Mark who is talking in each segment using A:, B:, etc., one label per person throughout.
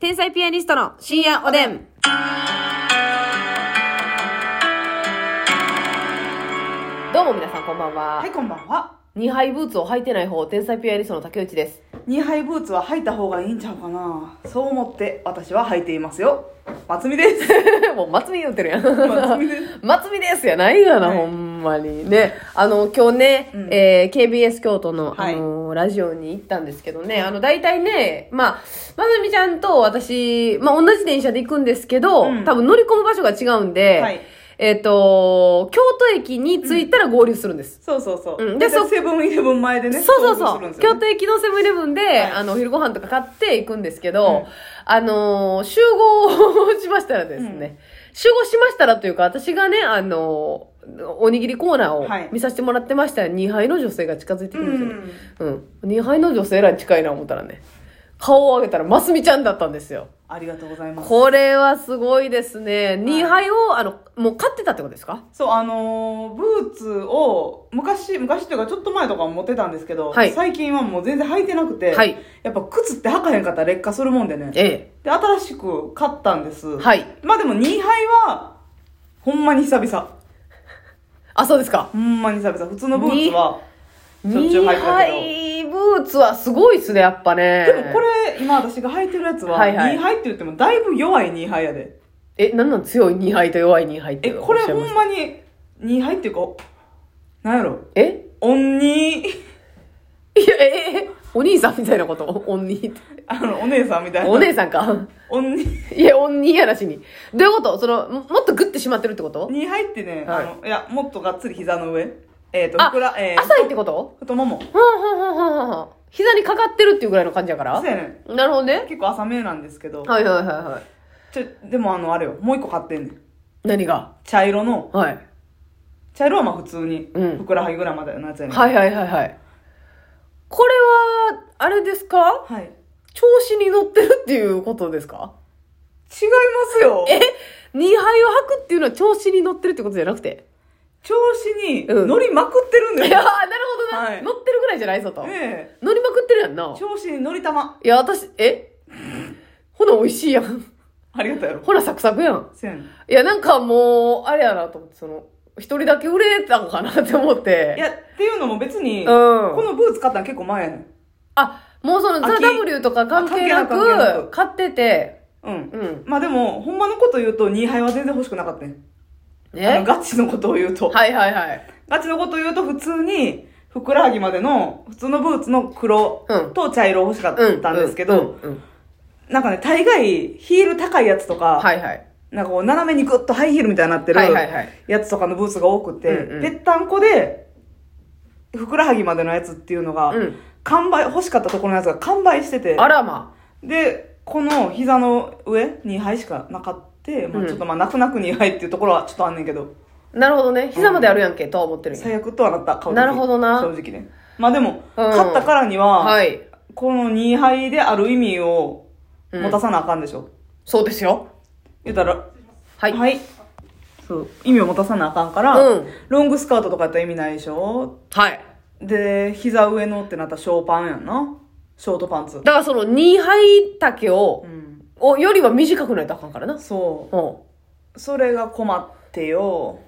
A: 天才ピアニストの深夜おでん。どうも皆さんこんばんは。
B: はい、こんばんは。
A: 二杯ブーツを履いてない方、天才ピアニストの竹内です。
B: 二杯ブーツは履いた方がいいんちゃうかな。そう思って私は履いていますよ。松見です。
A: もう、松見言ってるやん。
B: 松 見です。
A: 松見ですやないがな、
B: はい
A: ほんまに。ね、あの、今日ね、
B: うん
A: えー KBS 京都の、
B: はい
A: あの、ラジオに行ったんですけどね、あの、大体ね、まあ、まずみちゃんと私、まあ、同じ電車で行くんですけど、
B: うん
A: 多分乗り込む場所が違うんで、
B: はい
A: えっ、と、京都駅に着いたら合流するんです。
B: そうそうそう。
A: うんで
B: で、
A: そう
B: セブンイレブン前でね。
A: そうそう
B: 遭遇
A: そ
B: するん
A: う。
B: ですよ
A: 京
B: ね
A: 都駅のセブンイレブンで、
B: い
A: あの、お昼ご飯とか買って行くんですけど、
B: うん
A: あのー集合しましたらですね、
B: うん
A: 集合しましたらというか、私がね、あのーおにぎりコーナ
B: は
A: ー
B: い
A: を見させてもらってましたら、2杯の女性が近づいてくるんですよね。
B: うん
A: うん。2杯の女性らに近いな思ったらね、顔を上げたら、ますみちゃんだったんですよ。
B: ありがとうございます。
A: これはすごいですね。2杯を、あの、もう買ってたってことですか
B: そう、あのーブーツを昔、昔というかちょっと前とかも持ってたんですけど、
A: はい
B: 最近はもう全然履いてなくて、
A: はい
B: やっぱ靴って履かへんかったら劣化するもんでね。
A: え
B: で、新しく買ったんです。
A: え。はい。
B: まあでも2杯は、ほんまに久々。
A: あ、そうですか。
B: ほんまに久々。普通のブーツは、しょっち
A: 二
B: ゅう履いてたけど
A: 杯ブーツはすごいっすね、やっぱね。
B: でもこ。れ、今私が履いてるやつは、
A: はいはい
B: 2杯って言ってもだいぶ弱い2杯やで。
A: え、なんなん強い二杯と弱い二杯って
B: え、
A: おっし
B: これ
A: ゃい
B: ほ
A: ま
B: ん
A: した
B: まに、2杯っていうか、なんやろ。
A: え
B: オンに、
A: いや、え、ええ、お兄さんみたいなことおんにって。
B: あの、お姉さんみたいな。
A: お姉さんか。
B: オンに。
A: いや、おんにやなしに。どういうことその、ももっとグッてしまってるってこと
B: 2杯ってね、
A: はい
B: あの、いや、もっとがっつり膝の上。えっ、と、
A: あ
B: ふくら、えー、
A: 浅いってこと
B: 太もも。
A: はあはあはあはあはあ膝にかかってるっていうぐらいの感じやから
B: そうやねん。
A: なるほどね。
B: 結構浅めなんですけど。
A: はいはいはいはい。
B: ちょ、でもあの、あれよ、もう一個買ってんねん。
A: 何が
B: 茶色の、
A: はい。
B: 茶色はまあ普通に、
A: うん
B: ふくらはぎぐらいまでのやつやねん。
A: はいはいはいはい。これは、あれですか
B: はい。違い
A: 調子に乗ってるっていうことですか
B: ますよ。
A: え二杯を吐くっていうのは調子に乗ってるってことじゃなくて。
B: 調子に
A: うん
B: 乗りまくってるん
A: い
B: だ
A: やー、な
B: よ
A: る。ほどな、
B: はい
A: 乗ってるぐらいじゃないぞと。
B: ね
A: 乗りまくってるやんな
B: え。。調子に乗りたま。
A: いや、私、えほな、美味しいやん。
B: ありがとうやろ。
A: ほな、サクサクやん。
B: せやねん。い
A: いや、なんかもう、あれやなと思って、その、一人だけ売れたのかなって思って。、
B: や、っていうのも別に、
A: うん
B: このブーツ買ったの結構前やねん。
A: あ、もうその、ザ・ W とか関係な
B: あ関係な
A: く、
B: く
A: 買ってて、
B: うん。
A: うん。
B: まあでも、ほんまのこと言うと、2杯は全然欲しくなかったねん。あの
A: ね。
B: ガチのことを言うと。
A: はいはいはい。
B: ガチのことを言うと、普通に、ふくらはぎまでの、普通のブーツの黒と茶色欲しか
A: うん。
B: ったんですけ
A: う
B: ど、
A: ん。うん
B: なんかね、大概、ヒール高いやつとか、
A: はいはい。
B: なんかこう、斜めにグッとハイヒールみたいになってる
A: はいはいはい
B: やつとかのブーツが多くて、
A: うんうん
B: ぺったんこで、ふくらはぎまでのやつっていうのが、
A: うん
B: 完売、欲しかったところのやつが完売してて、
A: あらま。
B: で、この膝の上2杯しかなかって、ま
A: うん
B: あ、ちょっとまあ、泣く泣く2杯っていうところはちょっとあんねんけど、
A: なるほどね。膝まであるやんけ、とは思ってるんや
B: 最悪とはなった、顔的に
A: なるほどな
B: 正直ね。まあでも、
A: うん
B: 勝ったからには、
A: はい。
B: この2杯である意味を
A: うん
B: 持たさなあかんでしょ。
A: そうですよ。
B: 言ったら、
A: はい。
B: はい。そう、意味を持たさなあかんから、
A: うん
B: ロングスカートとかやったら意味ないでしょ
A: はい。
B: で、膝上のってなったらショーパンやんな。ショートパンツ。
A: だからその2杯丈を
B: う、ん。
A: およりは短くないとあかんからな。
B: そ
A: うん。
B: う。それが困ってよ。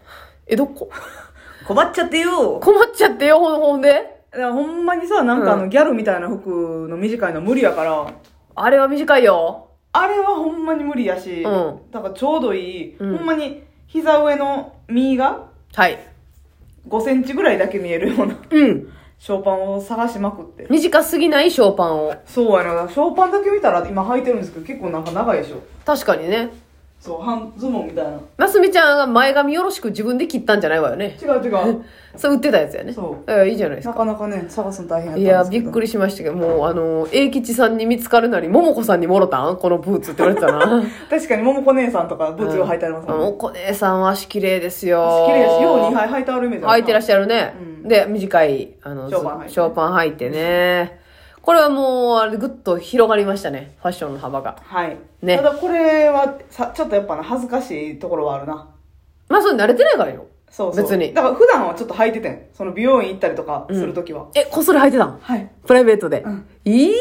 A: え、どこ
B: 困っちゃってよ。
A: 困っちゃってよ、ほんほんで。
B: だからほんまにさ、なんかあ
A: う
B: の、ギャルみたいな服の短いの無理やから、
A: あれは短いよ。
B: あれはほんまに無理やし、
A: うん
B: だからちょうどいい、
A: うん
B: ほんまに膝上の身が
A: はい。
B: 5センチぐらいだけ見えるような
A: うん。
B: ショーパンを探しまくって。
A: 短すぎないショーパンを。
B: そうやな、ショーパンだけ見たら今履いてるんですけど、結構なんか長いでしょ。
A: 確かにね。
B: そう、半ズボンみたいな。
A: ますみちゃんが前髪よろしく自分で切ったんじゃないわよね。
B: 違う違う。
A: そう、売ってたやつやね。。
B: そう
A: え、いいじゃないですか。
B: なかなかね、探すの大変
A: い
B: や
A: や、
B: ったんで
A: び
B: すけど。
A: っくりしましたけど、もう、あの、英吉さんに見つかるなり、桃子さんにもろたんこのブーツって言われてた な。
B: 確かに、桃子姉さんとか、ブーツを履いてありますもんね。
A: お子姉さんは足綺麗ですよ。
B: 綺麗やし、よう2杯履いてあるイメージあ
A: 履いてらっ
B: し
A: しゃるね。
B: うん
A: で、短い、あの、
B: ショーパン履いて
A: ショーパン履いてね。これはもう、あれ、ぐっと広がりましたね。ファッションの幅が。
B: はい。
A: ね
B: ただこれはさ、ちょっとやっぱな、恥ずかしいところはあるな。
A: まあ、それ慣れてないからよ。
B: そうそう。
A: 別に
B: だから普段はちょっと履いててん。その美容院行ったりとかするときは。
A: え、こっそり履いてたん
B: はい。
A: プライベートで。
B: うん
A: いや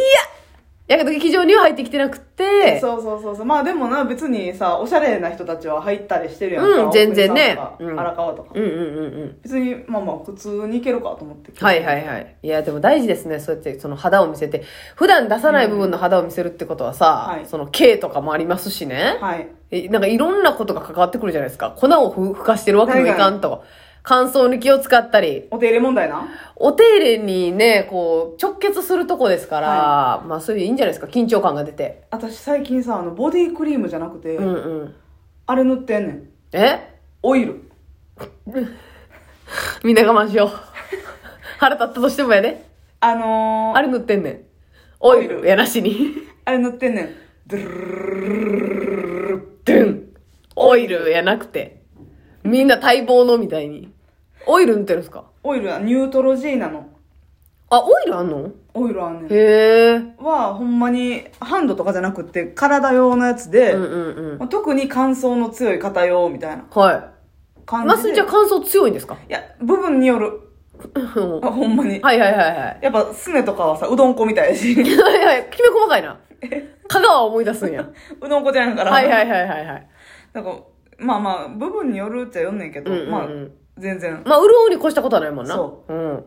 A: やけど劇場には入ってきてなくて、
B: そうそうそうそうまあでもな別にさおしゃれな人たちは入ったりしてるやんか、
A: うん全然ね
B: 大国
A: う
B: さんとか
A: ん
B: 荒川とか、
A: うんうんうんうん。
B: 別にまあまあ普通に行けるかと思って
A: はいはいはい。いや、でも大事ですね。そうやって、その肌を見せて。普段出さない部分の肌を見せるってことはさ、
B: うんはい
A: その毛とかもありますしね。
B: はい
A: えなんかいろんなことが関わってくるじゃないですか。粉をふふかしてるわけにもいかんと。乾燥に気を使ったり。
B: お手入れ問題な
A: お手入れにね、こう、直結するとこですから、まあそういういいんじゃないですか。緊張感が出て。
B: 私最近さあのボディクリームじゃなくて、
A: うんうん。
B: あれ塗ってんねん
A: え
B: オイル
A: みんな我慢しよう。 腹立ったとしてもやで、
B: あのー、
A: あれ塗ってんねん。オイ
B: オイ
A: ル
B: ル
A: やなしに。
B: あれ塗ってんねんドゥルル
A: ドゥンオイルやなくて。みんな待望のみたいに。オイル塗ってるんですか
B: オイルはニュートロジーナの
A: あ、オイルあんの
B: オイルあんね
A: へえ。
B: んはほんまにハンドとかじゃなくって体用のやつで、
A: うんうんうん。
B: まあ特に乾燥の強い方用みたいな
A: は
B: 感
A: い。
B: じ
A: マ
B: で
A: スミちゃん乾燥強いんですか
B: いや部分による
A: は
B: あほんまに
A: い はいはいはい。
B: やっぱすねとかはさうどんこみたいやし う
A: はいはい。きめ細かいな。香川思い出すんや。
B: どんこじゃんから
A: はいはいはいはいはい。
B: なんかまあまあ部分によるっちゃよんねんけど、
A: うんうんうん
B: まあ全然
A: まあ、潤うに越したことはないもんな。。
B: そう
A: ん。あ、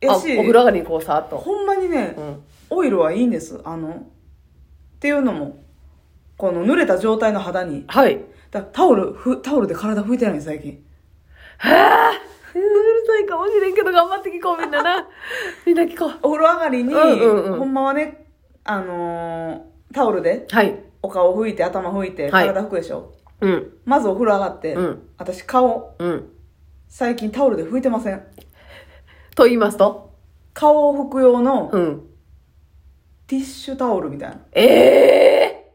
B: や
A: お風
B: し
A: 呂上がりにこうさーっと。
B: ほんまにね、
A: うん。
B: オイルはいいんですあのっていうのもこの濡れた状態の肌に
A: はい。
B: だタオルふタオルで体拭いてないね最近
A: うるさいかもしれんけど頑張って聞こうみんなな。 みんな聞こう。
B: お風呂上がりに、
A: うんうんうん
B: ほんまはねあのータオルで
A: はい。
B: お顔拭いて頭拭いて
A: はい
B: 体拭くでしょ、
A: うん。
B: まずお風呂上がって、
A: うん
B: 私顔
A: うん。
B: 最近タオルで拭いてません
A: と言いますと
B: 顔を拭く用の
A: うん。
B: ティッシュタオルみたいな
A: ええ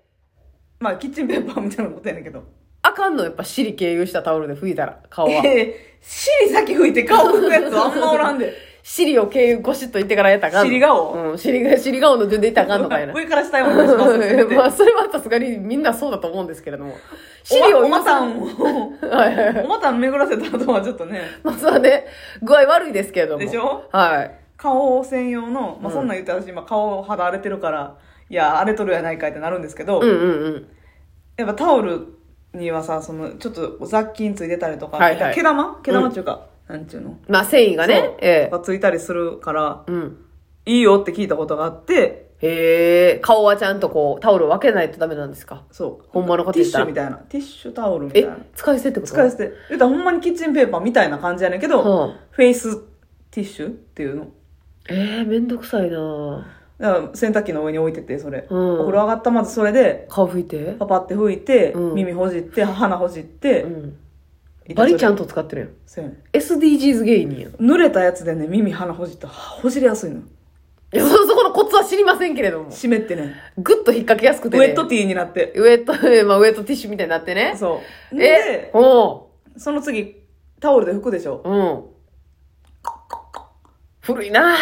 B: まあキッチンペーパーみたいなことやねんけど
A: あかんのやっぱ尻経由したタオルで拭いたら、顔は。
B: えー、尻先拭いて顔拭くやつあんまおらんで
A: 尻を経由 ゴシッと言ってからやったらあかんの。
B: 尻顔
A: うん、尻が、尻顔の順で言ったらあかんのかいな。
B: 上から下へお願いしますって言っ て
A: まあ、それはさすがにみんなそうだと思うんですけれども。尻を
B: おまた
A: さん。
B: んを、
A: はいはいはい。
B: おまたん巡らせた後はちょっとね、
A: まあ、それはね、具合悪いですけれども。
B: でしょ
A: はい。
B: 顔専用の、まあ、
A: うん
B: そんなん言って私今顔肌荒れてるから、いや、荒れとるやないかいってなるんですけど、
A: うんうんうん。
B: やっぱタオルにはさ、その、ちょっと雑菌ついてたりとか、
A: はいはい
B: 毛玉毛玉っていうか、なんちゅうの
A: まあ、繊維が
B: そ
A: ね
B: う、
A: ええ
B: がついたりするから、
A: うん。
B: いいよって聞いたことがあって、
A: へえ、顔はちゃんとこう、タオルを分けないとダメなんですか。
B: そう。
A: ほんまのこと
B: ティ
A: 言
B: ッ
A: っ
B: シ
A: たら
B: ュみたいな。ティッシュタオルみたい
A: え
B: な。、
A: 使い捨てってこと
B: 使い捨て。言うたらほんまにキッチンペーパーみたいな感じやねんけど、
A: うん
B: フェイスティッシュっていうの。
A: ええめんどくさいな
B: だから洗濯機の上に置いてて、それ。
A: うん
B: お風呂上がったまずそれで、
A: 顔拭いて。
B: パパって拭いて、
A: うん
B: 耳ほじって、鼻ほじって、
A: うん。バリちゃ
B: ん。
A: んと使ってるやん。
B: そうやね
A: SDGs 芸人やん。
B: 濡れたやつでね、耳、鼻ほじって、ほじりやすいの。
A: いやそ、そこのコツは知りませんけれども。
B: 湿ってね、
A: ぐっと引っ掛けやすく
B: ウ
A: て、ね。
B: ェットティーになって。
A: ウェット、 まあ、ウェットティッシュみたいになってね。
B: そう。
A: え
B: で、
A: お
B: その次、タオルで拭くでしょ。
A: ううん。古いな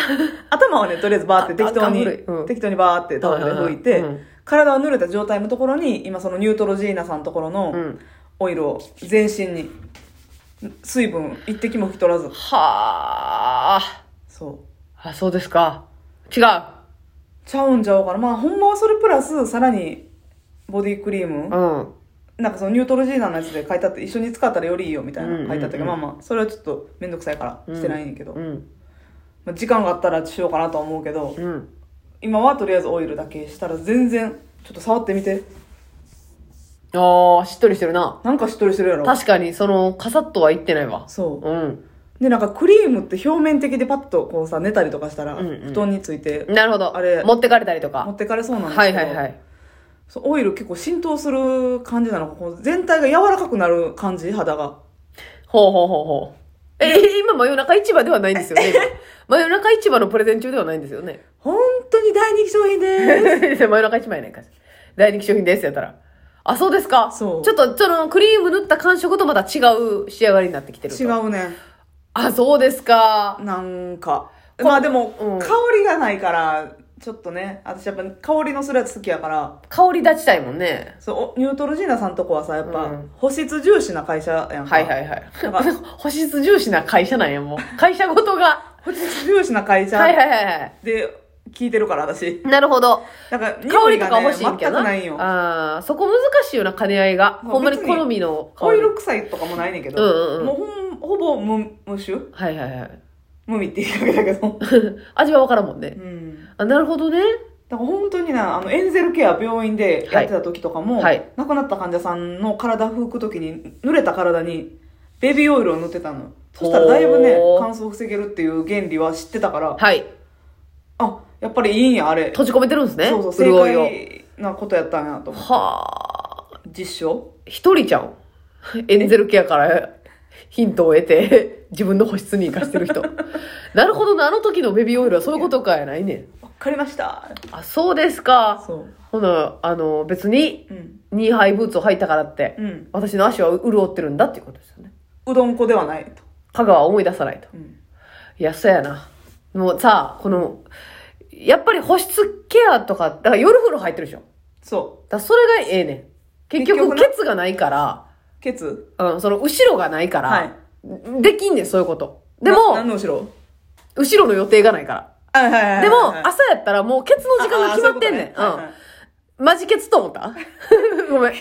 B: 頭はね、とりあえずバーって適当に
A: ああかん古いうん、
B: 適当にバーってタオルで拭い
A: うん
B: て
A: うんうん、
B: 体は濡れた状態のところに、今そのニュートロジーナさんのところ
A: う
B: の
A: ん。
B: オイルを全身に、水分一滴も拭き取らず。
A: はあ。
B: そう。
A: あ、そうですか。違う。
B: ちゃうんちゃうから、まあ、ほんまはそれプラス、さらに、ボディクリーム、
A: うん。
B: なんかそのニュートロジーナのやつで書いてあって、一緒に使ったらよりいいよみたい
A: うんうんう
B: なん書いてあったけど、まあまあ、それはちょっとめんどくさいからしてないんやけど、
A: うん。
B: まあ、時間があったらしようかなとは思うけど、
A: うん。
B: 今はとりあえずオイルだけしたら全然、ちょっと触ってみて。
A: ああ、しっとりしてるな。
B: なんかしっとりしてるやろ。
A: 確かに、その、カサッとは言ってないわ。
B: そうう。で、なんかクリームって表面的でパッとこうさ、寝たりとかしたら、
A: うんうん
B: 布団について
A: ん。なるほど。
B: あれ
A: 持ってかれたりとか
B: 持。ってかれそうなんです
A: は
B: け
A: い
B: ど、
A: はいはい。
B: そうオイル結構浸透する感じなのか、こう全体が柔らかくなる感じ、肌が。
A: ほうほうほうほう。え、今、真夜中市場ではないんですよ ね。今真夜中市場のプレゼン中ではないんですよね。
B: 本当に大人気商品でー す。
A: 真夜中市場やないか。大人気商品ですやったら。あ、そうですか。
B: そう
A: ちょっと、その、クリーム塗った感触とまた違う仕上がりになってきてると。
B: 違。うね。
A: あ、そうですか。
B: なんか。まあでも、
A: うん
B: 香りがないから、ちょっとね、私やっぱ香りのするやつ好きやから、
A: 香り立ちたいもんね。
B: そう、おニュートロジーナさんとこはさ、やっぱ
A: うん、
B: 保湿重視な会社やんか。
A: はいはい はい
B: なんか。
A: 保湿重視な会社なんや、もう。会社ごとが。
B: 保湿重視な会社
A: はいはいはいはい。
B: で、聞いてるから、私。
A: なるほど。
B: だから、
A: 香りとか欲しい
B: 匂
A: けど
B: い
A: な。
B: がね全くないよ。
A: ああ、そこ難しいよな、兼ね合いが。
B: そう
A: ほんまに
B: 別に
A: 好みの香
B: オ
A: り。
B: イル臭いとかもないねんけど、
A: うんうんうん
B: もうほんほぼ無無臭
A: はいはい はい。
B: 無味って言いかけた けど。
A: 味はわからんもんね
B: う。ん。
A: あ、なるほどね。
B: だから本当にな、あの、エンゼルケア病院でやってた時とかも、
A: はいはい
B: 亡くなった患者さんの体拭く時に、濡れた体にベビーオイルを塗ってたの。そしたらだいぶね、
A: ほう
B: 乾燥を防げるっていう原理は知ってたから、
A: はい。
B: あ、やっぱりいいんや、あれ。
A: 閉じ込めてるんですね。
B: そうそう、
A: 潤いを
B: 正解なことやったんやと思う。
A: はあ、
B: 実証
A: 一人じゃん。エンゼルケアからヒントを得て、自分の保湿に活かしてる人。なるほどな、あの時のベビーオイルはそういうことかやないねん。
B: わかりました。
A: あ、そうですか。
B: そう。
A: ほな、あの、別に、
B: うん。
A: ニーハイブーツを履いたからって、
B: うん。
A: 私の足は潤ってるんだっていうことですよね。
B: うどん粉ではないと。
A: 香川は思い出さないと。
B: うん。
A: いや、そうやな。もうさ、この、やっぱり保湿ケアとか、だから夜風呂入ってるでしょ。だか
B: そ
A: らそれがええねん。結局、
B: 結局な
A: ケツがないから、
B: う。ケツ
A: うん、その後ろがないから、
B: はい
A: できんねん、そういうこと。で
B: な何
A: も、
B: の後ろ
A: 後ろの予定がないから。
B: はいはいはいはい。
A: でも、
B: はい
A: 朝やったらもうケツの時間が決まってんねん。
B: ああそういうことねはい
A: う
B: はい
A: ん。マジケツと思った ごめん。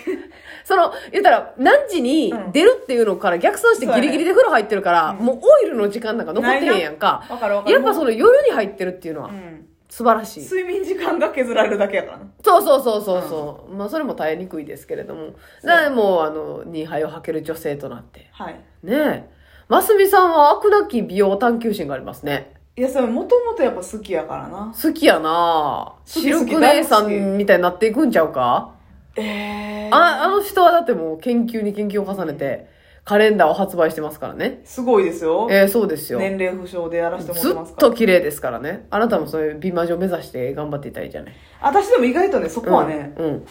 A: その、言ったら、何時に出るっていうのから逆算してギリギリで風呂入ってるから、
B: そうやね
A: もうオイルの時間なんか残ってへんやんか。
B: わかるわかる。
A: やっぱその夜に入ってるっていうのは
B: うん。
A: 素晴らしい。
B: 睡眠時間が削られるだけやからな。
A: そうそうそうそうそう。まあそれも耐えにくいですけれども。だからもうあの、2杯を履ける女性となって。
B: はい。
A: ねえ。ますみさんは悪なき美容探求心がありますね。
B: いや、それもともとやっぱ好きやからな。
A: 好きやな
B: 好
A: シ
B: き好
A: ル
B: き
A: ク姉さんみたいになっていくんちゃうか
B: ええ
A: ああの人はだってもう研究に研究を重ねて、カレンダーを発売してますからね。
B: すごいですよ。
A: えー、そうですよ。
B: 年齢不詳でやらせてもらっ
A: ず
B: てます
A: っ
B: から。
A: と綺麗ですからね。あなたもそういう美魔女目指して頑張っていたいじゃない。
B: 私でも意外とね、そこはね、
A: うん。うん